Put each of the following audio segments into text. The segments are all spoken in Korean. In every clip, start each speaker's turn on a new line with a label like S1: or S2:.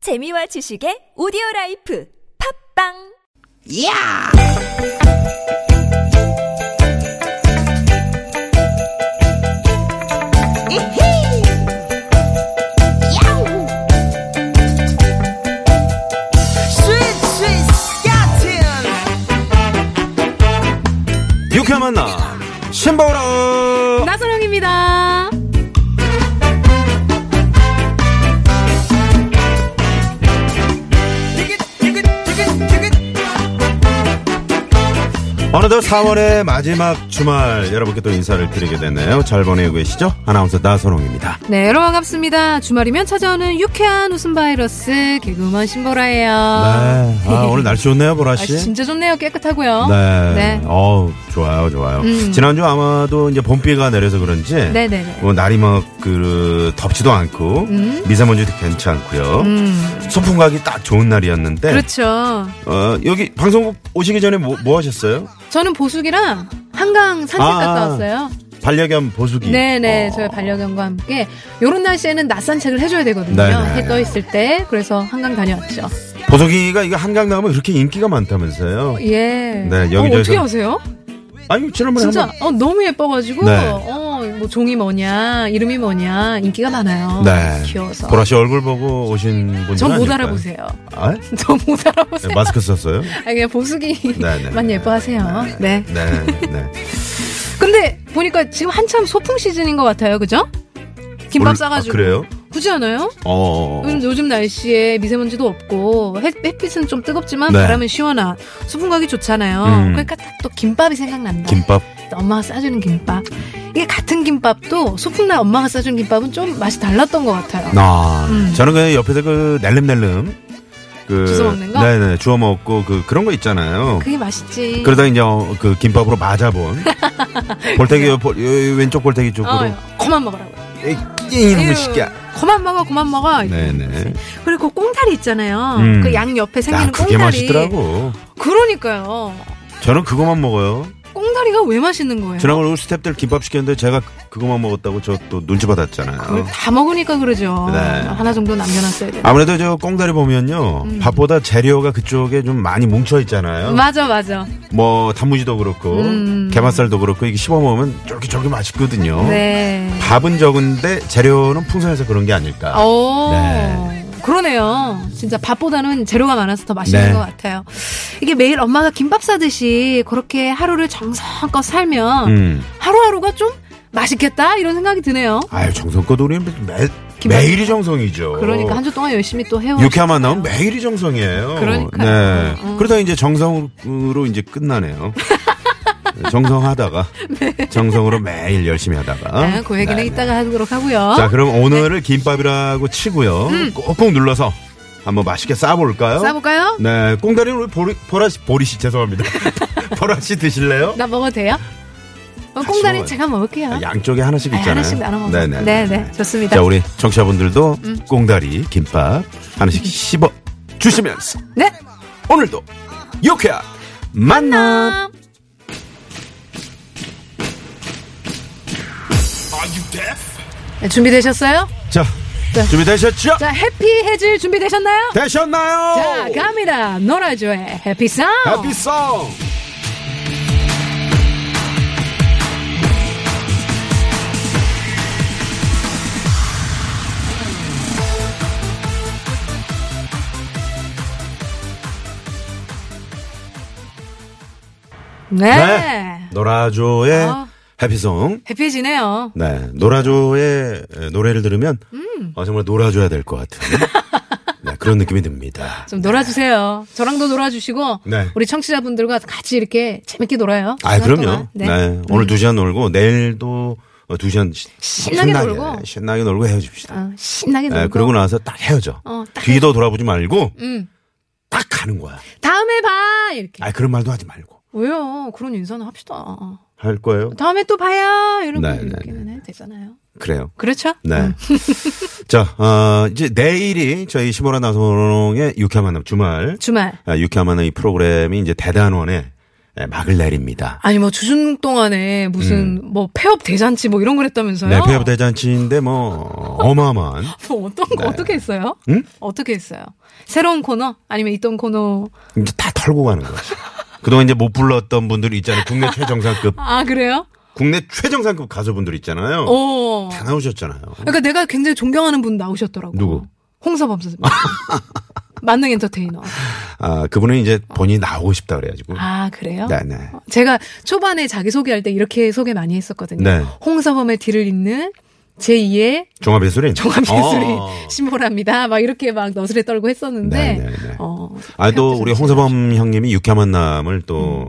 S1: 재미와 지식의 오디오 라이프 팝빵
S2: 야! 이히! 야우! 스윗 스윗 스캇틴!
S3: 유쾌한 만남 신보라
S4: 나선홍입니다.
S2: 디귿 디귿 디귿 디귿
S3: 어느덧 4월의 마지막 주말 여러분께 또 인사를 드리게 됐네요 잘 보내고 계시죠? 아나운서 나선홍입니다
S4: 네, 여러분 반갑습니다. 주말이면 찾아오는 유쾌한 웃음 바이러스 개그우먼 신보라예요.
S3: 네. 아, 오늘 날씨 좋네요
S4: 날씨
S3: 보라씨
S4: 아, 진짜 좋네요. 깨끗하고요.
S3: 네.
S4: 네. 음.
S3: 어우 좋아요 좋아요 지난주 아마도 이제 봄비가 내려서 그런지
S4: 네네네.
S3: 뭐 날이 막그 덥지도 않고
S4: 음.
S3: 미세먼지도 괜찮고요 소풍 가기 딱 좋은 날이었는데
S4: 그렇죠.
S3: 어, 여기 방송국 오시기 전에 뭐, 뭐 하셨어요?
S4: 저는 보수기랑 한강 산책
S3: 아,
S4: 갔다
S3: 아.
S4: 왔어요.
S3: 반려견 보수기
S4: 네네.
S3: 어.
S4: 저희 반려견과 함께 요런 날씨에는 낮 산책을 해줘야 되거든요.
S3: 네네.
S4: 해 떠 있을 때. 그래서 한강 다녀왔죠.
S3: 보석이가 이거 한강 나가면 그렇게 인기가 많다면서요?
S4: 예.
S3: 네,
S4: 어,
S3: 여기저기서-
S4: 어떻게 아세요?
S3: 아니 지난번에
S4: 진짜
S3: 한번
S4: 어, 너무 예뻐가지고
S3: 네.
S4: 어, 뭐 종이 뭐냐 이름이 뭐냐 인기가 많아요.
S3: 네.
S4: 귀여워서.
S3: 보라 씨 얼굴 보고 오신 분이
S4: 전 못 알아보세요.
S3: 아?
S4: 전 못 알아보세요.
S3: 네, 마스크 썼어요?
S4: 아, 그냥 보수기
S3: 네, 네.
S4: 만 예뻐하세요. 네.
S3: 네, 네.
S4: 근데 보니까 지금 한참 소풍 시즌인 것 같아요. 그죠? 김밥
S3: 올-
S4: 싸가지고.
S3: 아, 그래요?
S4: 굳이 않아요?
S3: 어.
S4: 요즘, 요즘 날씨에 미세먼지도 없고 햇, 햇빛은 좀 뜨겁지만
S3: 네.
S4: 바람은 시원한 소풍 가기 좋잖아요.
S3: 음.
S4: 그러니까 딱 또 김밥이 생각난다.
S3: 김밥.
S4: 엄마가 싸주는 김밥. 이게 같은 김밥도 소풍날 엄마가 싸준 김밥은 좀 맛이 달랐던 것 같아요.
S3: 아,
S4: 음.
S3: 저는 그 옆에서 그 날름날름 그
S4: 주워 먹는 거?
S3: 네, 네. 주워 먹고 그 그런 거 있잖아요.
S4: 그게 맛있지.
S3: 그러다 이제 어, 그 김밥으로 맞아본 볼태기 요- 볼- 요- 왼쪽 볼태기 쪽으로
S4: 어, 그만 먹으라고.
S3: 에이, 이놈의
S4: 에휴,
S3: 새끼야.
S4: 그만 먹어, 그만 먹어.
S3: 네, 네.
S4: 그리고 그 꽁다리 있잖아요.
S3: 음.
S4: 그 양 옆에 생기는
S3: 아, 그게
S4: 꽁다리.
S3: 맛있더라고.
S4: 그러니까요.
S3: 저는 그것만 먹어요.
S4: 꽁다리가 왜 맛있는 거예요?
S3: 지난번 우리 네. 스탭들 김밥 시켰는데 제가 그- 그것만 먹었다고 저 또 눈치 받았잖아요.
S4: 그걸 다 먹으니까 그러죠.
S3: 네.
S4: 하나 정도 남겨놨어야 돼.
S3: 아무래도 저 꽁다리 보면요
S4: 음.
S3: 밥보다 재료가 그쪽에 좀 많이 뭉쳐 있잖아요.
S4: 맞아, 맞아.
S3: 뭐 단무지도 그렇고
S4: 음.
S3: 게맛살도 그렇고 이게 씹어 먹으면 쫄깃쫄깃 맛있거든요.
S4: 네.
S3: 밥은 적은데 재료는 풍성해서 그런 게 아닐까.
S4: 오.
S3: 네.
S4: 어. 그러네요. 진짜 밥보다는 재료가 많아서 더 맛있는
S3: 네.
S4: 것 같아요. 이게 매일 엄마가 김밥 싸듯이 그렇게 하루를 정성껏 살면
S3: 음.
S4: 하루하루가 좀 맛있겠다 이런 생각이 드네요.
S3: 아유 정성껏 우리는 매,
S4: 김밥.
S3: 매일이 정성이죠.
S4: 그러니까 한 주 동안 열심히 또 해오고.
S3: 어. 유쾌한 나오면 매일이 정성이에요.
S4: 네. 그러니까요.
S3: 네.
S4: 음.
S3: 그러다 이제 정성으로 이제 끝나네요. 정성하다가 정성으로 매일 열심히 하다가.
S4: 네, 그 얘기는
S3: 네, 네.
S4: 이따가 네. 하도록 하고요.
S3: 자, 그럼 오늘을 김밥이라고 치고요. 꼭꼭 눌러서 한번 맛있게 싸볼까요?
S4: 음. 싸볼까요?
S3: 네, 꽁다리는 우리 보리, 보라 씨, 보리 씨 죄송합니다. 보라 씨 드실래요?
S4: 나 먹어도 돼요? 어,
S3: 같이
S4: 꽁다리
S3: 먹어요.
S4: 제가 먹을게요.
S3: 양쪽에 하나씩
S4: 아,
S3: 있잖아요.
S4: 하나씩 나눠 먹어.
S3: 네네.
S4: 네네. 좋습니다. 음.
S3: 자, 우리 청취자분들도 꽁다리 김밥 하나씩 씹어 주시면서
S4: 네.
S3: 오늘도 유쾌한 만남.
S4: 네, 준비되셨어요?
S3: 자,
S4: 자.
S3: 준비되셨죠?
S4: 네. 자, 해피 해질 준비되셨나요?
S3: 되셨나요?
S4: 자, 갑니다. 놀아줘의 해피 사운드.
S3: 네. 해피송.
S4: 네.
S3: 네. 노라조의
S4: 아.
S3: 해피송.
S4: 해피해지네요.
S3: 네. 노라조의 노래를 들으면
S4: 음.
S3: 어, 정말 놀아줘야 될 것 같은 네, 그런 느낌이 듭니다.
S4: 좀 놀아주세요. 저랑도 놀아주시고
S3: 네.
S4: 우리 청취자분들과 같이 이렇게 재밌게 놀아요.
S3: 아,
S4: 시간
S3: 그럼요.
S4: 동안.
S3: 네.
S4: 네.
S3: 오늘 두 시간 놀고 내일도 어, 두 시간 시-
S4: 신나게 놀고.
S3: 신나게 놀고 헤어집시다.
S4: 어, 신나게
S3: 네,
S4: 놀고.
S3: 그러고 나서 딱 헤어져.
S4: 어, 딱
S3: 뒤도 돌아보지 말고
S4: 음.
S3: 딱 가는 거야.
S4: 다음에 봐 이렇게.
S3: 아 그런 말도 하지 말고
S4: 왜요? 그런 인사는 합시다.
S3: 할 거예요.
S4: 다음에 또 봐요. 이런
S3: 네,
S4: 거
S3: 네,
S4: 이렇게는 해 되잖아요.
S3: 그래요.
S4: 그렇죠?
S3: 네. 자, 어, 이제 내일이 저희 시보라 나선홍의 유쾌한 만남 주말
S4: 주말.
S3: 아, 유쾌한 만남 이 프로그램이 이제 대단원에 네, 막을 내립니다.
S4: 아니 뭐 주중 동안에 무슨 뭐 폐업 대잔치 뭐 이런 걸 했다면서요?
S3: 음. 네, 폐업 대잔치인데 네. 뭐 어마어마한
S4: 뭐 어떤 거 어떻게 했어요?
S3: 응?
S4: 어떻게 했어요? 새로운 코너 아니면 있던 코너?
S3: 이제 다 털고 가는 거지. 그동안 이제 못 불렀던 분들 있잖아요. 국내 최정상급,
S4: 아 그래요?
S3: 국내 최정상급 가수분들 있잖아요.
S4: 어.
S3: 다 나오셨잖아요.
S4: 그러니까 내가 굉장히 존경하는 분 나오셨더라고.
S3: 누구?
S4: 홍서범 선생님. 만능 엔터테이너.
S3: 아, 그분은 이제 본인이 나오고 싶다 그래가지고.
S4: 아 그래요?
S3: 네네.
S4: 제가 초반에 자기 소개할 때 이렇게 소개 많이 했었거든요.
S3: 네.
S4: 홍서범의 뒤를 잇는 제2의
S3: 종합예술인.
S4: 종합예술인
S3: 어.
S4: 신보라입니다. 막 이렇게 막 너스레 떨고 했었는데.
S3: 네, 네, 네.
S4: 어,
S3: 아, 또 우리 홍서범 형님이 유쾌한 만남을 또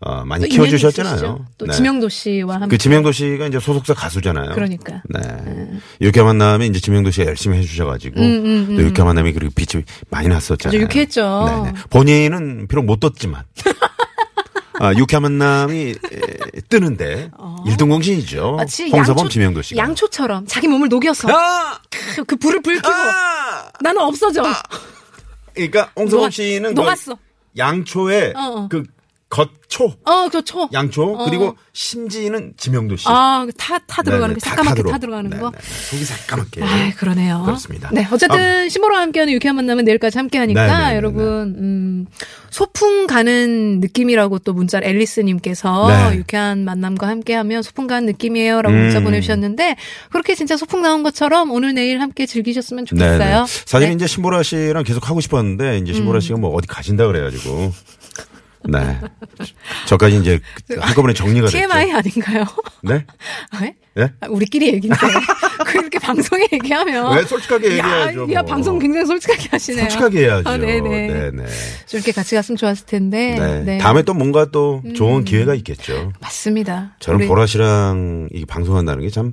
S3: 어, 많이
S4: 음. 또
S3: 키워주셨잖아요.
S4: 유명인이시죠. 또
S3: 네.
S4: 지명도 씨와 함께.
S3: 그 지명도 씨가 이제 소속사 가수잖아요.
S4: 그러니까.
S3: 네. 유쾌한 만남에 이제 지명도 씨가 열심히 해주셔가지고 또 유쾌한 만남이 그리고 빛이 많이 났었잖아요.
S4: 음, 아주 유쾌했죠.
S3: 네네. 본인은 비록 못 떴지만. 아, 유쾌한 만남이 에, 뜨는데 일등 공신이죠.
S4: 마치
S3: 홍서범
S4: 어. 아, 양초-
S3: 지명도 씨가.
S4: 양초처럼 자기 몸을 녹여서
S3: 아!
S4: 크, 그 불을 불 켜고
S3: 아!
S4: 나는 없어져.
S3: 그러니까 홍서범
S4: 녹았-
S3: 씨는
S4: 녹았어.
S3: 양초의
S4: 어, 어.
S3: 그 겉초
S4: 어, 그 초.
S3: 양초
S4: 어.
S3: 그리고 심지는 지명도 씨.
S4: 아, 타, 타 들어가는
S3: 네네,
S4: 거,
S3: 다
S4: 새까맣게
S3: 들어-
S4: 타 들어가는 거.
S3: 네네네. 속이 새까맣게.
S4: 아, 그러네요.
S3: 그렇습니다. 아,
S4: 네, 어쨌든 신보라와 함께하는 유쾌한 만남은 내일까지 함께하니까
S3: 네네네네.
S4: 여러분 음, 소풍 가는 느낌이라고 또 문자 앨리스님께서
S3: 네.
S4: 유쾌한 만남과 함께하면 소풍 가는 느낌이에요라고 문자
S3: 음.
S4: 보내주셨는데 그렇게 진짜 소풍 나온 것처럼 오늘 내일 함께 즐기셨으면
S3: 네네.
S4: 좋겠어요.
S3: 사실
S4: 네. 음.
S3: 이제 신보라 씨랑 계속 하고 싶었는데 이제 신보라 씨가 뭐 어디 가신다 그래가지고 네 저까지 이제 한꺼번에 정리가 됐죠.
S4: TMI 네, 아닌가요?
S3: 네?
S4: 네?
S3: 예?
S4: 아, 우리끼리 얘기인데 그렇게 방송에 얘기하면
S3: 왜 솔직하게 얘기하죠?
S4: 야,
S3: 뭐.
S4: 야 방송 굉장히 솔직하게 하시네요.
S3: 솔직하게 해야죠.
S4: 아, 네네.
S3: 네네.
S4: 좀 이렇게 같이 갔으면 좋았을 텐데.
S3: 네. 다음에 또 뭔가 또 좋은 기회가 있겠죠.
S4: 맞습니다.
S3: 저는
S4: 우리-
S3: 보라 씨랑 이 방송한다는 게 참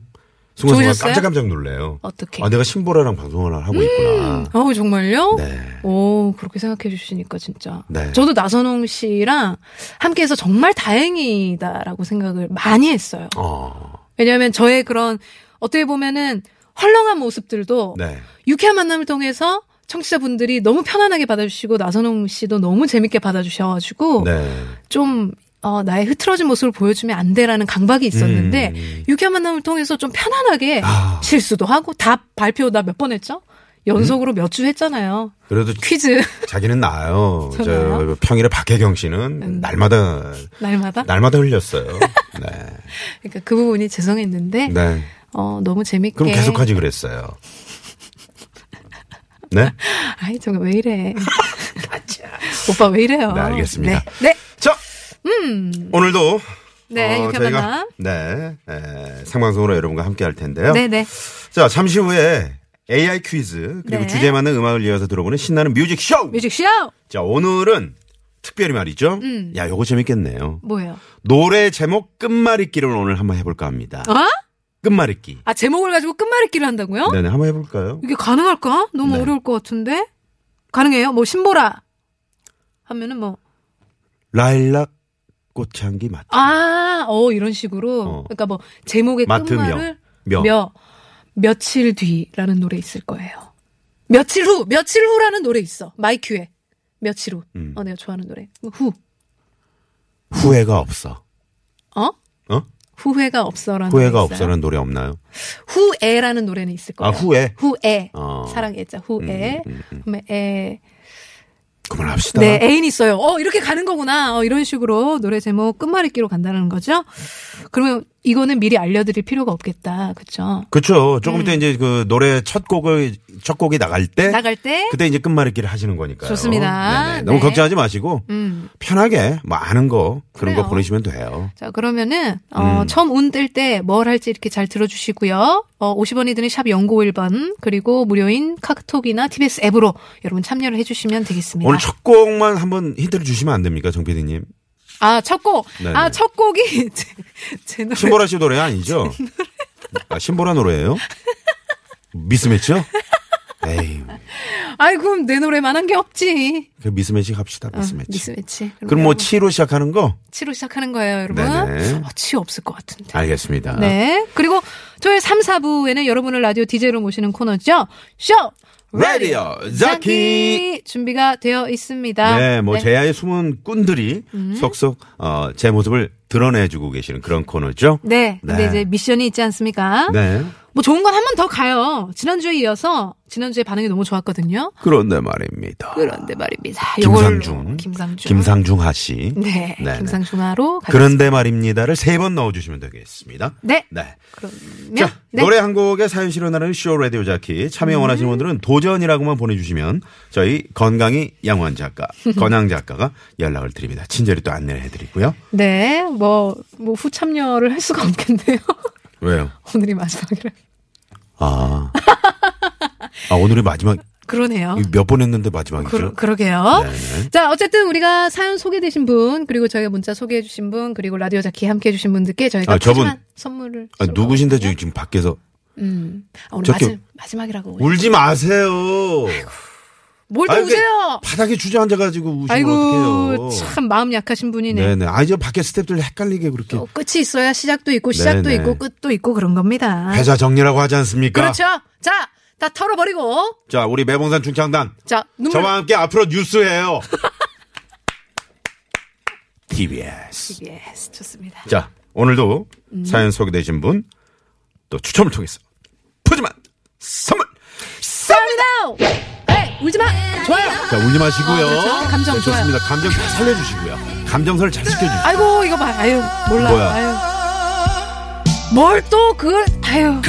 S3: 순간순간
S4: 좋으셨어요?
S3: 깜짝깜짝 놀래요.
S4: 어떻게?
S3: 아 내가 신보라랑 방송을 하고 있구나.
S4: 아우 어, 정말요?
S3: 네.
S4: 오 그렇게 생각해 주시니까 진짜.
S3: 네.
S4: 저도 나선홍 씨랑 함께해서 정말 다행이다라고 생각을 많이 했어요.
S3: 어.
S4: 왜냐하면 저의 그런 어떻게 보면은 헐렁한 모습들도
S3: 네.
S4: 유쾌한 만남을 통해서 청취자분들이 너무 편안하게 받아주시고 나선홍 씨도 너무 재밌게 받아주셔가지고
S3: 네.
S4: 좀 어, 나의 흐트러진 모습을 보여주면 안 돼라는 강박이 있었는데
S3: 음.
S4: 유쾌한 만남을 통해서 좀 편안하게
S3: 아.
S4: 실수도 하고 답 발표 나 몇 번 했죠?
S3: 음?
S4: 연속으로 몇 주 했잖아요.
S3: 그래도
S4: 퀴즈
S3: 자기는 나아요.
S4: 저는요? 음.
S3: 저 평일에 박혜경 씨는 날마다
S4: 날마다.
S3: 날마다 흘렸어요. 네.
S4: 그러니까 그 부분이 죄송했는데
S3: 네.
S4: 어, 너무 재밌게.
S3: 그럼 계속 하지 그랬어요. 네?
S4: 아이 저거 왜 이래? 오빠 왜 이래요?
S3: 네, 알겠습니다.
S4: 네.
S3: 자. 오늘도
S4: 음.
S3: 어,
S4: 네, 유쾌한
S3: 저희가,
S4: 만남.
S3: 네. 에, 생방송으로 여러분과 함께 할 텐데요.
S4: 네, 네.
S3: 자, 잠시 후에 AI 퀴즈 그리고
S4: 네.
S3: 주제에 맞는 음악을 이어서 들어보는 신나는 뮤직 쇼.
S4: 뮤직쇼
S3: 자, 오늘은 특별히 말이죠.
S4: 음.
S3: 야, 요거 재밌겠네요.
S4: 뭐예요?
S3: 노래 제목 끝말잇기를 오늘 한번 해볼까 합니다.
S4: 어?
S3: 끝말잇기.
S4: 아 제목을 가지고 끝말잇기를 한다고요?
S3: 네네, 한번 해볼까요?
S4: 이게 가능할까? 너무
S3: 네.
S4: 어려울 것 같은데 가능해요? 뭐 신보라 하면은 뭐
S3: 라일락 꽃향기 맛.
S4: 아, 어, 이런 식으로.
S3: 어.
S4: 그러니까 뭐, 제목의
S3: 마트 명.
S4: 끝말을
S3: 명.
S4: 며칠 뒤라는 노래 있을 거예요. 며칠 후, 며칠 후라는 노래 있어. 마이큐에. 며칠 후.
S3: 음.
S4: 어, 내가 좋아하는 노래. 후.
S3: 후회가 없어.
S4: 어?
S3: 어?
S4: 후회가 없어라는
S3: 후회가
S4: 노래 있어요.
S3: 없어라는 노래 없나요?
S4: 후에라는 노래는 있을 거예요.
S3: 아, 후회.
S4: 후에.
S3: 어.
S4: 사랑의 자, 후에.
S3: 음, 음,
S4: 그다음에 에.
S3: 그만합시다.
S4: 네, 애인 있어요. 어, 이렇게 가는 거구나. 어, 이런 식으로 노래 제목 끝말잇기로 간다는 거죠. 그러면 이거는 미리 알려드릴 필요가 없겠다. 그쵸?
S3: 그렇죠. 조금 이따 이제 그 노래 첫 곡을 첫 곡이 나갈 때
S4: 네. 나갈 때.
S3: 그때 이제 끝말잇기를 하시는 거니까요.
S4: 좋습니다.
S3: 네네. 너무
S4: 네.
S3: 걱정하지 마시고
S4: 음.
S3: 편하게 뭐 아는 거 그런
S4: 그래요.
S3: 거 보내시면 돼요.
S4: 자, 그러면은, 어, 처음 운 뜰 때 뭘 할지 이렇게 잘 들어주시고요. 어, 50원이 드는 샵 0951번, 그리고 무료인 카톡이나 TBS 앱으로 여러분 참여를 해주시면 되겠습니다.
S3: 오늘 첫 곡만 한번 힌트를 주시면 안 됩니까, 정 PD님?
S4: 아, 첫 곡.
S3: 네네.
S4: 아, 첫 곡이 제, 제 노래.
S3: 신보라 씨 노래 아니죠? 아, 신보라 노래예요? 미스매치요? 에이,
S4: 아이, 그럼 내 노래만 한 게 없지.
S3: 그 미스매치 갑시다.
S4: 어,
S3: 미스매치.
S4: 미스매치.
S3: 그럼 뭐 치로 시작하는 거?
S4: 7로 시작하는 거예요, 여러분.
S3: 네네. 아.
S4: 어, 치 없을 것 같은데.
S3: 알겠습니다.
S4: 네. 그리고 토요일 3, 4부에는 여러분을 라디오 DJ로 모시는 코너죠. 쇼!
S3: 라디오 자키.
S4: 준비가 되어 있습니다.
S3: 네, 음. 뭐 제야의 숨은 꾼들이 속속 어, 제 모습을 드러내주고 계시는 그런 코너죠.
S4: 네, 근데
S3: 네.
S4: 이제 미션이 있지 않습니까?
S3: 네.
S4: 뭐 좋은 건 한 번 더 가요. 지난주에 이어서 지난주에 반응이 너무 좋았거든요.
S3: 그런데 말입니다.
S4: 그런데 말입니다.
S3: 김상중,
S4: 요걸로 김상중.
S3: 김상중하 씨.
S4: 네,
S3: 네,
S4: 김상중하로 가겠습니다.
S3: 그런데 말입니다를 세 번 넣어주시면 되겠습니다.
S4: 네.
S3: 네.
S4: 그러면
S3: 자,
S4: 네. 음.
S3: 노래 한 곡에 사연 실현하는 쇼 라디오 자키 참여 원하시는 분들은 도전이라고만 보내주시면 저희 건강이 양원 작가, 건양 작가가 연락을 드립니다. 친절히 또 안내를 해드리고요.
S4: 네, 뭐, 뭐, 후참여를 할 수가 없겠네요.
S3: 왜요?
S4: 오늘이 마지막이라.
S3: 아, 아 오늘이 마지막
S4: 그러네요.
S3: 몇 번 했는데 마지막이죠?
S4: 아. 그러, 그러게요.
S3: 네.
S4: 자, 어쨌든 우리가 사연 소개되신 분, 그리고 저희가 문자 소개해주신 분, 그리고 라디오 자키 함께 해주신 분들께 저희가
S3: 아, 저분.
S4: 푸짐한 선물을.
S3: 아,
S4: 쏠
S3: 누구신데
S4: 거거든요.
S3: 지금 지금 밖에서
S4: 음. 아, 오늘
S3: 저기-
S4: 마지, 마지막이라고. 우리.
S3: 울지 마세요.
S4: 뭘또
S3: 아이고,
S4: 우세요!
S3: 바닥에 주저앉아가지고 우시면
S4: 아이고,
S3: 어떡해요.
S4: 참 마음 약하신 분이네.
S3: 네네. 아 이제 밖에 스탭들 헷갈리게 그렇게
S4: 또 끝이 있어야 시작도 있고, 시작도
S3: 네네.
S4: 있고, 끝도 있고, 그런 겁니다.
S3: 회사 정리라고 하지 않습니까?
S4: 그렇죠. 자, 다 털어버리고,
S3: 자 우리 매봉산 중창단
S4: 자, 눈물.
S3: 저와 함께 앞으로 뉴스해요. TBS.
S4: yes, 좋습니다.
S3: 자 오늘도
S4: 음.
S3: 사연 소개되신 분 또 추첨을 통해서 푸짐한 선물.
S4: 쌉니다! 에이, 울지 마! 좋아요!
S3: 자 울지 마시고요.
S4: 아, 그렇죠. 감정
S3: 네, 좋습니다. 감정 잘 살려주시고요. 감정선을 잘 지켜주시고.
S4: 아이고, 이거 봐. 아유, 몰라.
S3: 뭐야?
S4: 아유. 뭘 또 그걸, 아유.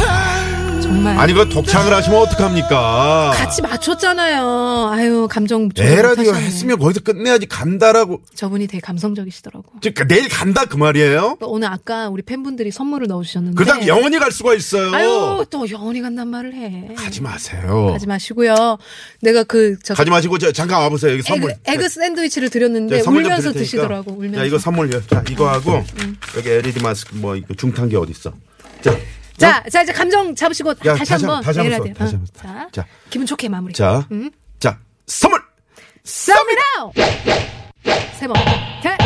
S4: 정말.
S3: 아니 그 독창을 하시면 어떡합니까? 예,
S4: 같이 맞췄잖아요. 아유, 감정. 조절
S3: 에라디오
S4: 못하셨네.
S3: 했으면 거기서 끝내야지 간다라고.
S4: 저분이 되게 감성적이시더라고.
S3: 그러니까 내일 간다 그 말이에요.
S4: 오늘 아까 우리 팬분들이 선물을 넣어주셨는데.
S3: 그다음 영원히 갈 수가 있어요.
S4: 네. 아유, 또 영원히 간단 말을 해.
S3: 가지 마세요.
S4: 가지 마시고요. 내가 그, 저,
S3: 가지 마시고 저, 잠깐 와보세요. 여기
S4: 에그,
S3: 선물.
S4: 에그 샌드위치를 드렸는데
S3: 자, 선물 좀
S4: 울면서
S3: 드릴 테니까.
S4: 드시더라고. 울면서. 음.
S3: 자 이거 선물요. 자 이거 하고 여기 LED 마스크 뭐 이거 중탄기 어디 있어? 자.
S4: 자, 자 이제 감정 잡으시고
S3: 야,
S4: 다시
S3: 다시 한-
S4: 한번
S3: 다시 한번
S4: 내려야
S3: 써,
S4: 돼요.
S3: 다시
S4: 어.
S3: 한번 써.
S4: 자,
S3: 자.
S4: 기분 좋게 마무리.
S3: 자.
S4: 음.
S3: 자 선물.
S4: 쌉니다. 세 번. 대.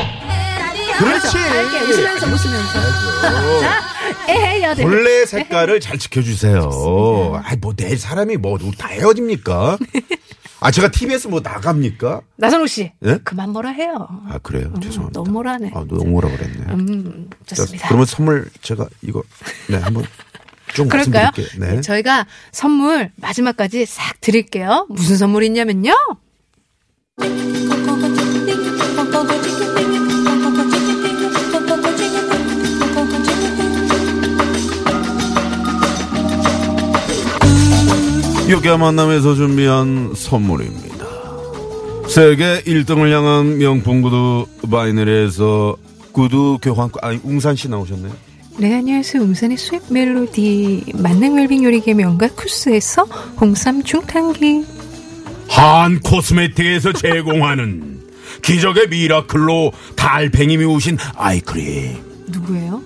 S3: 그렇지.
S4: 밝게 웃으면서 웃으면서. 자, 에헤야 돼.
S3: 본래 색깔을 잘 지켜주세요. 아이 뭐 내일 사람이 뭐 다 헤어집니까? 아 제가 TBS 뭐 나갑니까?
S4: 나선호 씨.
S3: 예?
S4: 그만 뭐라 해요.
S3: 아 그래요 죄송합니다.
S4: 음, 너무 뭐라네.
S3: 아 너무 뭐라 그랬네.
S4: 음,
S3: 자,
S4: 좋습니다.
S3: 그러면 선물 제가 이거 네 한번 좀
S4: 그럴까요?
S3: 말씀드릴게요. 네.
S4: 저희가 선물 마지막까지 싹 드릴게요. 무슨 선물이 있냐면요.
S3: 육아 만남에서 준비한 선물입니다. 세계 1등을 향한 명품 구두 바이닐에서 구두 교환권 아니 웅산 씨 나오셨네요.
S4: 네, 안녕하세요. 음산의 수입 멜로디. 만능 웰빙 요리계 명가 쿠스에서 홍삼 중탕기.
S5: 한 코스메틱에서 제공하는 기적의 미라클로 달팽이 미우신 아이크림
S4: 누구예요?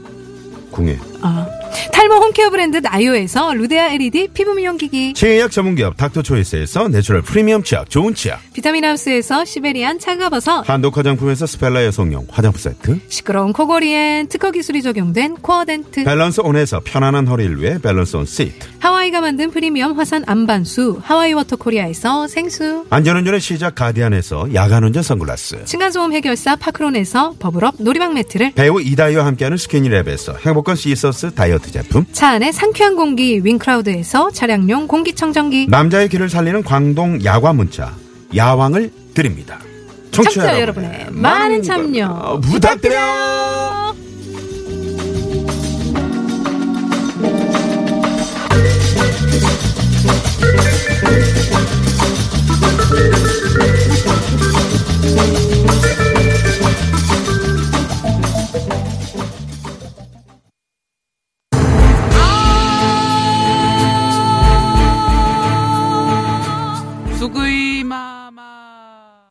S3: 궁예.
S4: 아. 탈모 홈케어 브랜드 나요에서 루데아 LED 피부 미용기기.
S3: 치약 전문기업 닥터초이스에서 내추럴 프리미엄 치약 좋은 치약
S4: 비타민 하우스에서 시베리안 차가버섯.
S3: 한독 화장품에서 스펠라 여성용 화장품 세트
S4: 시끄러운 코골이엔 특허 기술이 적용된 코어덴트.
S3: 밸런스 온에서 편안한 허리를 위해 밸런스 온 시트
S4: 하와이가 만든 프리미엄 화산 안반수. 하와이 워터 코리아에서 생수.
S3: 안전운전의 시작 가디안에서 야간운전 선글라스
S4: 층간소음 해결사 파크론에서 버블업 놀이방 매트를.
S3: 배우 이다희와 함께하는 스키니랩에서 행복한 시서스 다이어트 제품
S4: 차 안에 상쾌한 공기 윙크라우드에서 차량용 공기청정기.
S3: 남자의 길을 살리는 광동 야과문자 야왕을 드립니다 청취자,
S4: 청취자 여러분의 많은
S3: 어,
S4: 참여
S3: 부탁드려요
S6: 수구이 마마.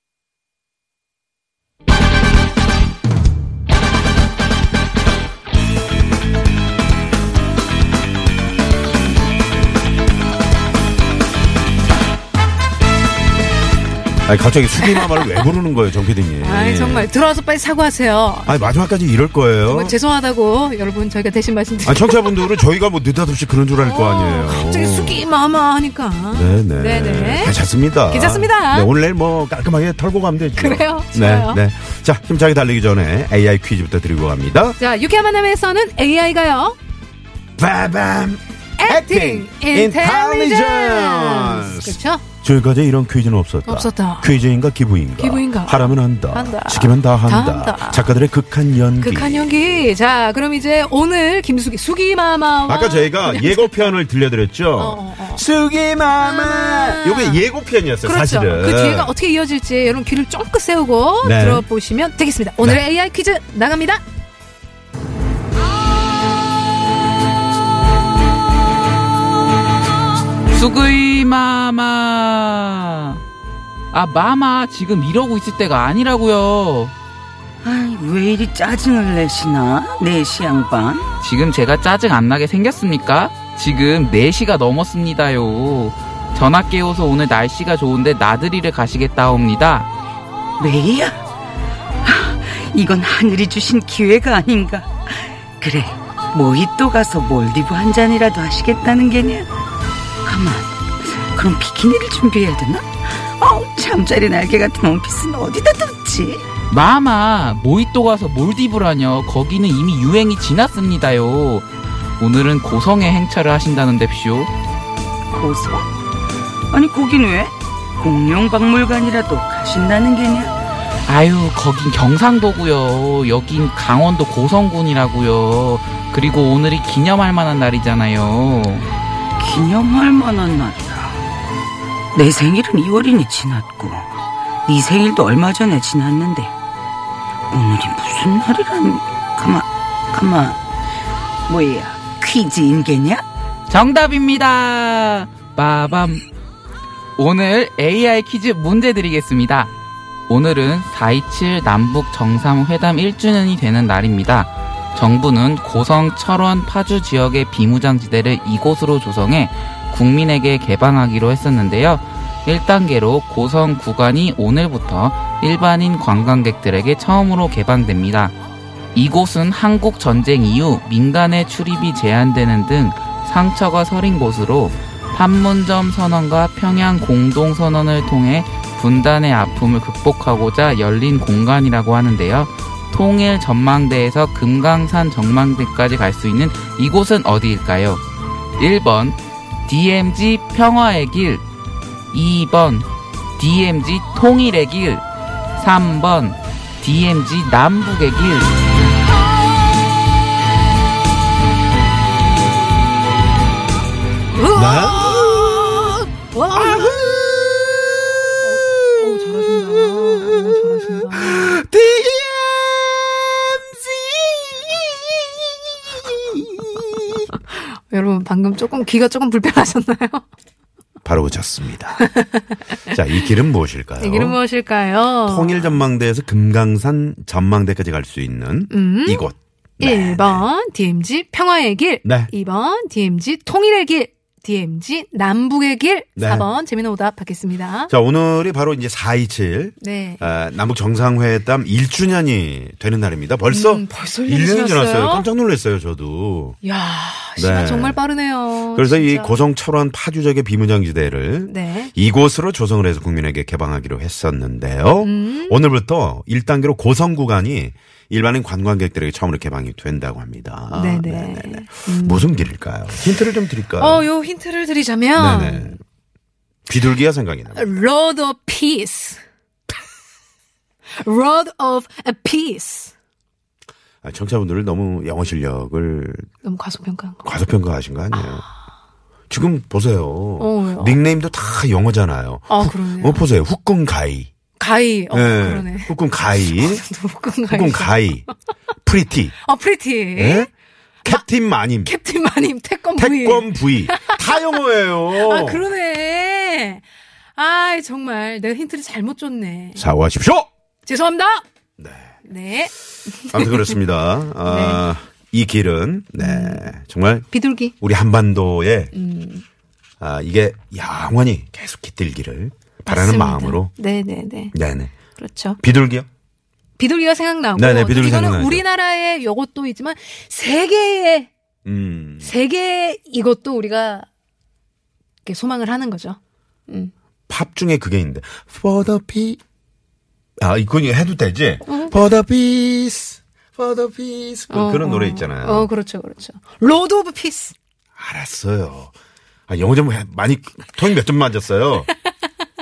S3: 아니 갑자기 수기마마를 왜 부르는 거예요, 정 PD님?
S4: 아이 정말 들어와서 빨리 사과하세요.
S3: 아니 마지막까지 이럴 거예요.
S4: 정말 죄송하다고 여러분 저희가 대신 말씀드리고
S3: 어?
S4: 어,
S3: 아 청취자분들은 저희가 뭐 느닷없이 그런 줄 알 거 아니에요.
S4: 갑자기 숙이 마마 하니까
S3: 네네.
S4: 네네.
S3: 괜찮습니다.
S4: 괜찮습니다.
S3: 네, 오늘 내일 뭐 깔끔하게 털고 가면 되죠.
S4: 그래요?
S3: 네,
S4: 좋아요.
S3: 네. 자, 힘차게 달리기 전에 AI 퀴즈부터 드리고 갑니다.
S4: 자 유쾌한 만남에서는 AI가요
S3: 빠밤!
S4: Acting Intelligence
S3: Intelligence.
S4: 그렇죠?
S3: 지금까지 이런 퀴즈는 없었다.
S4: 없었다.
S3: 퀴즈인가 기부인가.
S4: 기부인가.
S3: 하라면 한다.
S4: 한다.
S3: 시키면 다 한다.
S4: 다 한다.
S3: 작가들의 극한 연기.
S4: 극한 연기 자 그럼 이제 오늘 김숙이 숙이 마마
S3: 아까 저희가 예고편을 들려드렸죠.
S4: 어, 어, 어.
S3: 수기마마.
S4: 아.
S3: 요게 예고편이었어요,
S4: 그렇죠.
S3: 사실은.
S4: 그 뒤에가 어떻게 이어질지 여러분 귀를 쫑긋 세우고
S3: 네.
S4: 들어보시면 되겠습니다. 오늘의 AI 퀴즈 나갑니다.
S6: 수그이 마마. 아 마마 지금 이러고 있을 때가 아니라고요.
S7: 아이, 왜 이리 짜증을 내시나? 네, 내시 양반.
S6: 지금 제가 짜증 안 나게 생겼습니까? 지금 4시가 넘었습니다요. 전화 깨워서 오늘 날씨가 좋은데 나들이를 가시겠다옵니다.
S7: 메이야? 하, 이건 하늘이 주신 기회가 아닌가. 그래, 모히또 가서 몰디브 한 잔이라도 하시겠다는 게냐? 가만, 그럼 비키니를 준비해야 되나? 어우, 잠자리 날개 같은 원피스는 어디다 뒀지?
S6: 마마 모히또 가서 몰디브라뇨. 거기는 이미 유행이 지났습니다요. 오늘은 고성의 행차를 하신다는 뎁쇼.
S7: 고소? 아니, 거긴 왜? 공룡박물관이라도 가신다는 게냐?
S6: 아유 거긴 경상도고요 여긴 강원도 고성군이라고요 그리고 오늘이 기념할 만한 날이잖아요
S7: 기념할 만한 날이야. 내 생일은 2월이니 지났고, 네 생일도 얼마 전에 지났는데, 오늘이 무슨 날이라니. 가만, 가만. 뭐야, 퀴즈인 게냐?
S6: 정답입니다 빠밤 오늘 AI 퀴즈 문제 드리겠습니다 오늘은 4.27 남북 정상회담 1주년이 되는 날입니다 정부는 고성, 철원, 파주 지역의 비무장지대를 이곳으로 조성해 국민에게 개방하기로 했었는데요. 1단계로 고성 구간이 오늘부터 일반인 관광객들에게 처음으로 개방됩니다. 이곳은 한국 전쟁 이후 민간의 출입이 제한되는 등 상처가 서린 곳으로 판문점 선언과 평양 공동 선언을 통해 분단의 아픔을 극복하고자 열린 공간이라고 하는데요. 통일 전망대에서 금강산 전망대까지 갈 수 있는 이곳은 어디일까요? 1번 DMZ 평화의 길 2번 DMZ 통일의 길 3번 DMZ 남북의 길
S4: 우와! 와! 어, 어, 잘하신다. 어, 잘하신다. 여러분 방금 조금 귀가 조금 불편하셨나요?
S3: 바로 오셨습니다. 자, 이 길은 무엇일까요?
S4: 이 길은 무엇일까요?
S3: 통일 전망대에서 금강산 전망대까지 갈 수 있는
S4: 음.
S3: 이곳. 네.
S4: 1번 DMZ 평화의 길,
S3: 네.
S4: 2번 DMZ 통일의 길, DMZ 남북의 길,
S3: 네.
S4: 4번 재미난 오답 받겠습니다.
S3: 자, 오늘이 바로 이제 427
S4: 네.
S3: 아, 남북 정상회담 1주년이 되는 날입니다. 벌써
S4: 음, 벌써
S3: 1년이 지났어요.
S4: 지났어요?
S3: 깜짝 놀랐어요, 저도.
S4: 야, 시간
S3: 네.
S4: 정말 빠르네요.
S3: 그래서 이
S4: 어, 진짜.
S3: 고성 철원 파주적의 비무장지대를
S4: 네.
S3: 이곳으로 조성을 해서 국민에게 개방하기로 했었는데요.
S4: 음.
S3: 오늘부터 1단계로 고성 구간이 일반인 관광객들에게 처음으로 개방이 된다고 합니다.
S4: 네네. 음.
S3: 네네네. 무슨 길일까요? 힌트를 좀 드릴까요?
S4: 어, 요 힌트를 드리자면
S3: 아. 네네. 네. 비둘기가 생각이
S4: 아,
S3: 나요.
S4: Road of Peace. Road of Peace.
S3: 아, 청취자분들을 너무 영어 실력을
S4: 너무 과소평가한 거.
S3: 과소평가하신 거 아니에요? 지금 보세요.
S4: 어, 왜요?
S3: 닉네임도 다 영어잖아요.
S4: 아, 그러네요.
S3: 어, 보세요. 후끈 가이.
S4: 가이.
S3: 예.
S4: 어, 그러네.
S3: 후끈 가이.
S4: 누군 가이.
S3: 후끈 가이. 프리티.
S4: 어, 프리티.
S3: 예? 캡틴 마님.
S4: 캡틴 마님 태권 부인.
S3: 태권 부위. 다 영어예요.
S4: 아, 그러네. 아, 정말 내가 힌트를 잘못 줬네.
S3: 사과하십시오!
S4: 죄송합니다.
S3: 네.
S4: 네.
S3: 아무튼 그렇습니다. 아, 이 길은, 네. 정말
S4: 비둘기.
S3: 우리 한반도에, 아, 이게 영원히 계속 깃들기를 바라는
S4: 맞습니다.
S3: 마음으로.
S4: 네네네.
S3: 네네.
S4: 그렇죠.
S3: 비둘기요?
S4: 비둘기가 생각나고.
S3: 네네, 비둘기
S4: 이거는
S3: 생각나죠.
S4: 우리나라의 요것도 있지만 세계의
S3: 음.
S4: 세계 이것도 우리가 이렇게 소망을 하는 거죠.
S3: 팝 중에 그게 있는데. For the peace. 아, 이건 해도 되지? For the peace. For the peace. 그,
S4: 어,
S3: 런
S4: 어.
S3: 노래 있잖아요.
S4: 어, 그렇죠, 그렇죠. 로드 오브 피스.
S3: 알았어요. 아, 영어 좀 해- 많이, 토익 몇 점 맞았어요?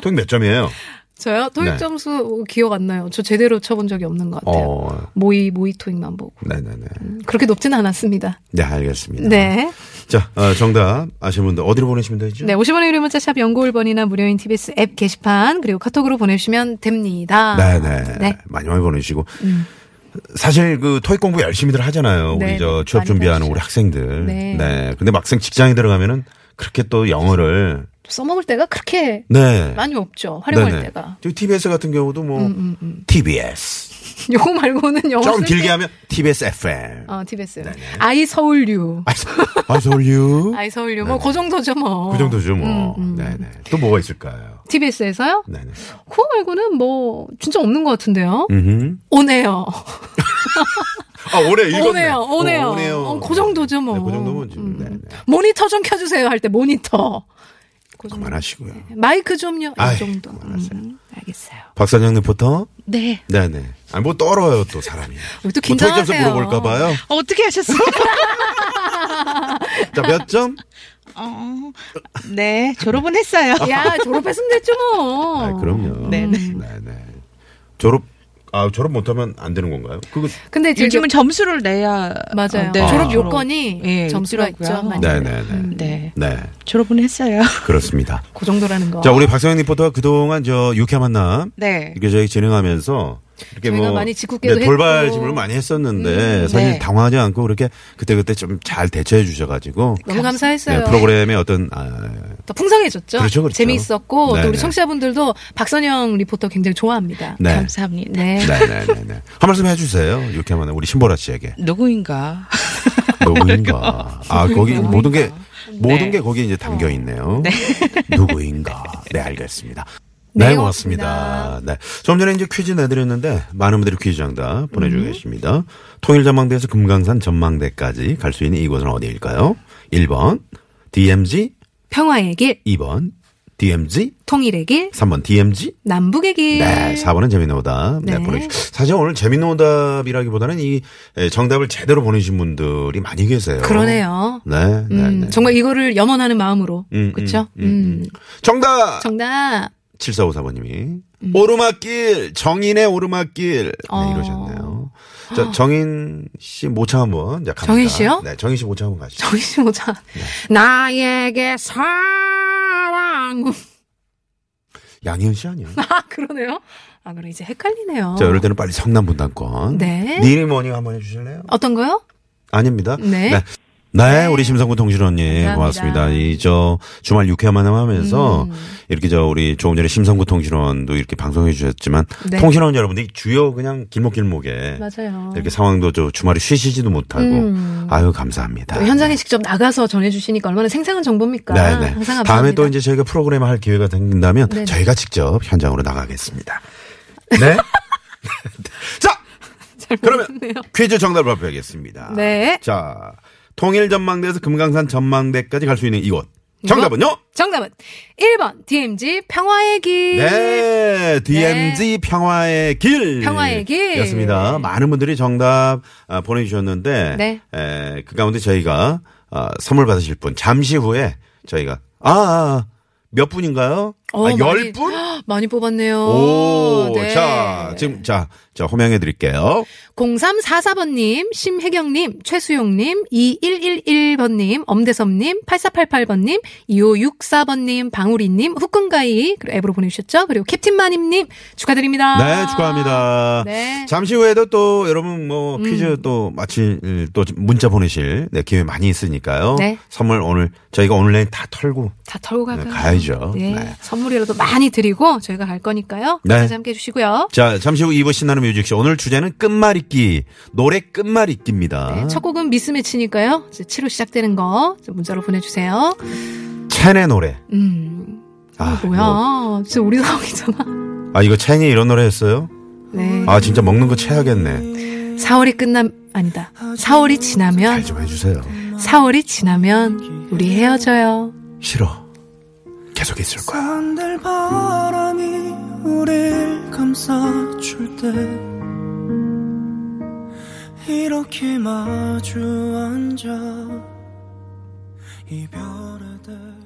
S3: 토익 몇 점이에요?
S4: 저요? 토익
S3: 네.
S4: 점수 기억 안 나요. 저 제대로 쳐본 적이 없는 것 같아요.
S3: 어,
S4: 모의, 모의 토익만 보고.
S3: 네네네.
S4: 그렇게 높지는 않았습니다.
S3: 네, 알겠습니다.
S4: 네.
S3: 자, 어, 정답 아시는 분들 어디로 보내시면 되죠?
S4: 네, 50원의 유료 문자 샵 연구 1번이나 무료인 TBS 앱 게시판 그리고 카톡으로 보내주시면 됩니다.
S3: 네네.
S4: 네. 음.
S3: 많이 많이 보내주시고. 사실 그 토익 공부 열심히들 하잖아요. 우리
S4: 네,
S3: 저
S4: 네.
S3: 취업
S4: 많이
S3: 준비하는
S4: 배우시죠.
S3: 우리 학생들.
S4: 네.
S3: 근데 막상 직장에 들어가면은 그렇게 또 영어를.
S4: 써먹을 때가 그렇게
S3: 네.
S4: 많이 없죠. 활용할
S3: 네네.
S4: 때가.
S3: 저 TBS 같은 경우도 뭐, TBS.
S4: 요거 말고는 영어
S3: 좀
S4: 쓸
S3: 길게 네,
S4: 때-
S3: 하면 TBS FM.
S4: 어, TBS. 아이 서울류.
S3: I s o you.
S4: 아이 서울류. 뭐, 그 정도죠,
S3: 네,
S4: 뭐.
S3: 그 정도죠 뭐.
S4: 음, 음.
S3: 네네. 또 뭐가 있을까요?
S4: TBS에서요?
S3: 네네.
S4: 그거 말고는 뭐, 진짜 없는 것 같은데요?
S3: 음.
S4: 오네요.
S3: 아, 올해 읽었네.
S4: 오네요, 오네요.
S3: 어, 오네요.
S4: 어, 그 정도죠, 뭐.
S3: 네, 그 정도면 지금.
S4: 음.
S3: 네네.
S4: 모니터 좀 켜주세요 할 때 모니터. 그 정도.
S3: 그만하시고요.
S4: 마이크 좀요.
S3: 아이,
S4: 이 정도.
S3: 그만하세요.
S4: 음, 알겠어요.
S3: 박사장 리포터.
S7: 네.
S3: 네네. 아니, 뭐 떨어요, 또 사람이.
S4: 어, 또
S3: 뭐 토익 점수
S4: 긴장하세요.
S3: 물어볼까봐요.
S7: 어떻게 하셨어요?
S3: 자, 몇 점?
S7: 어, 네, 졸업은 했어요.
S4: 야, 졸업했으면 됐죠, 뭐.
S3: 아, 그럼요.
S7: 네네.
S3: 네네. 졸업, 아, 졸업 못하면 안 되는 건가요? 그거,
S4: 근데 이제
S7: 요즘은 점수를 내야
S4: 네. 맞아요.
S7: 어, 네.
S4: 졸업
S3: 아.
S4: 요건이
S7: 예,
S4: 점수가
S7: 있더라고요.
S4: 있죠. 많이.
S3: 네네네.
S7: 네,
S3: 네.
S7: 졸업은 했어요.
S3: 그렇습니다.
S4: 그 정도라는 거.
S3: 자, 우리 박성현 리포터가 그동안 저 육회 만남.
S7: 네.
S3: 이렇게 저희 진행하면서. 이렇게
S4: 저희가
S3: 뭐.
S4: 많이 짓궂게도
S3: 돌발
S4: 했고.
S3: 질문을 많이 했었는데.
S7: 음,
S3: 사실
S7: 네.
S3: 당황하지 않고 그렇게 그때그때 좀 잘 대처해 주셔가지고.
S4: 너무 감사했어요.
S3: 네, 프로그램의 어떤, 아,
S4: 더 풍성해졌죠.
S3: 그렇죠, 그렇죠.
S4: 재미있었고
S3: 네,
S4: 또 우리
S3: 네.
S4: 청취자분들도 박선영 리포터 굉장히 좋아합니다.
S3: 네.
S7: 감사합니다.
S4: 네.
S3: 네네네네. 한 말씀 해주세요. 육회 만남. 우리 신보라 씨에게.
S7: 누구인가?
S3: 누구인가. 아, 거기 모든 게, 모든
S7: 네.
S3: 게 거기 이제 담겨 있네요. 누구인가. 네, 알겠습니다. 네,
S4: 네,
S3: 고맙습니다. 네. 좀 전에 이제 퀴즈 내드렸는데, 많은 분들이 퀴즈 정답 보내주고 계십니다. 통일전망대에서 금강산 전망대까지 갈 수 있는 이곳은 어디일까요? 1번, DMZ,
S4: 평화의 길,
S3: 2번, DMZ,
S4: 통일의 길,
S3: 3번, DMZ,
S4: 남북의 길.
S3: 네, 4번은 재미있는 오답. 네,
S4: 네.
S3: 보내주 사실 오늘 재미있는 오답이라기보다는 이 에, 정답을 제대로 보내주신 분들이 많이 계세요.
S4: 그러네요.
S3: 네, 네,
S4: 음,
S3: 네.
S4: 정말 이거를 염원하는 마음으로.
S3: 음,
S4: 그렇죠?
S3: 음, 음, 음. 정답!
S4: 정답. 음.
S3: 7454번님이. 오르막길! 정인의 오르막길!
S4: 어.
S3: 네, 이러셨네요. 자, 정인 씨 모차 한번. 자, 갑니다.
S4: 정인 씨요?
S3: 네, 정인 씨 모차 한번 가시죠.
S4: 정희 씨 모자.
S3: 네.
S4: 나에게 사랑.
S3: 양희은 씨 아니야.
S4: 아, 그러네요. 아, 그럼 이제 헷갈리네요.
S3: 자, 이럴 때는 빨리 성남분당권.
S4: 네.
S3: 니리 머니 한번 해주실래요?
S4: 어떤 거요?
S3: 아닙니다.
S4: 네.
S3: 네, 우리 심성구 동실 언니
S4: 감사합니다.
S3: 고맙습니다. 이 저 주말 육회
S4: 음.
S3: 만남하면서 이렇게 저 우리 조금 전에 심성구 통신원도 이렇게 방송해 주셨지만
S4: 네.
S3: 통신원 여러분들이 주요 그냥 길목길목에
S4: 맞아요.
S3: 이렇게 상황도 저 주말에 쉬시지도 못하고 아유 감사합니다.
S4: 음. 또그 현장에 직접 나가서 전해주시니까 얼마나 생생한 정보입니까?
S3: 네네.
S4: 항상 감사합니다.
S3: 다음에 또 이제 저희가 프로그램 할 기회가 생긴다면
S4: 네네.
S3: 저희가 직접 현장으로 나가겠습니다. 네. 자, 그러면 퀴즈 정답을 발표하겠습니다.
S4: 네.
S3: 자, 통일 전망대에서 금강산 전망대까지 갈 수 있는 이곳. 정답은요?
S4: 정답은 1번 DMZ 평화의 길.
S3: 네, DMZ 평화의 길.
S4: 평화의 길.
S3: 였습니다. 많은 분들이 정답 아, 보내주셨는데,
S4: 네.
S3: 에, 그 가운데 저희가 아, 선물 받으실 분, 잠시 후에 저희가, 아, 아, 몇 분인가요?
S4: 어,
S3: 아, 열
S4: 많이-
S3: 분?
S4: 많이 뽑았네요.
S3: 오,
S4: 네.
S3: 자, 지금, 자, 자, 호명해 드릴게요.
S4: 0344번님, 심혜경님, 최수용님, 2111번님, 엄대섭님, 8488번님, 2564번님, 방우리님, 후끈가이, 그리고 앱으로 보내주셨죠? 그리고 캡틴마님님, 축하드립니다.
S3: 네, 축하합니다.
S4: 아, 네. 음.
S3: 잠시 후에도 또 여러분 뭐 퀴즈 또 마칠 또 문자 보내실 네, 기회 많이 있으니까요.
S4: 네.
S3: 선물 오늘 저희가 온라인 다 털고
S4: 다 털고 가요.
S3: 네, 가야죠.
S4: 네.
S3: 네.
S4: 선물이라도 많이 드리고 저희가 갈 거니까요.
S3: 네.
S4: 같이 함께 해주시고요.
S3: 자, 잠시 후 2부 신나는 뮤직쇼. 오늘 주제는 끝말잇기. 노래 끝말잇기입니다.
S4: 네, 첫 곡은 미스매치니까요. 이제 7호 시작되는 거 문자로 보내주세요.
S3: 첸의 노래.
S4: 음,
S3: 아,
S4: 뭐야?
S3: 이거,
S4: 진짜 우리 상황이잖아.
S3: 아, 이거 첸이 이런 노래 했어요?
S4: 네.
S3: 아, 진짜 먹는 거 최악했네.
S4: 4월이 끝남 아니다. 4월이
S3: 잘
S4: 지나면
S3: 좀 해주세요.
S4: 4월이 지나면 우리 헤어져요.
S3: 싫어. 계속 있을 거야.
S2: 건들 바람이 우릴 감싸줄 때 이렇게 마주 앉아 이별의 때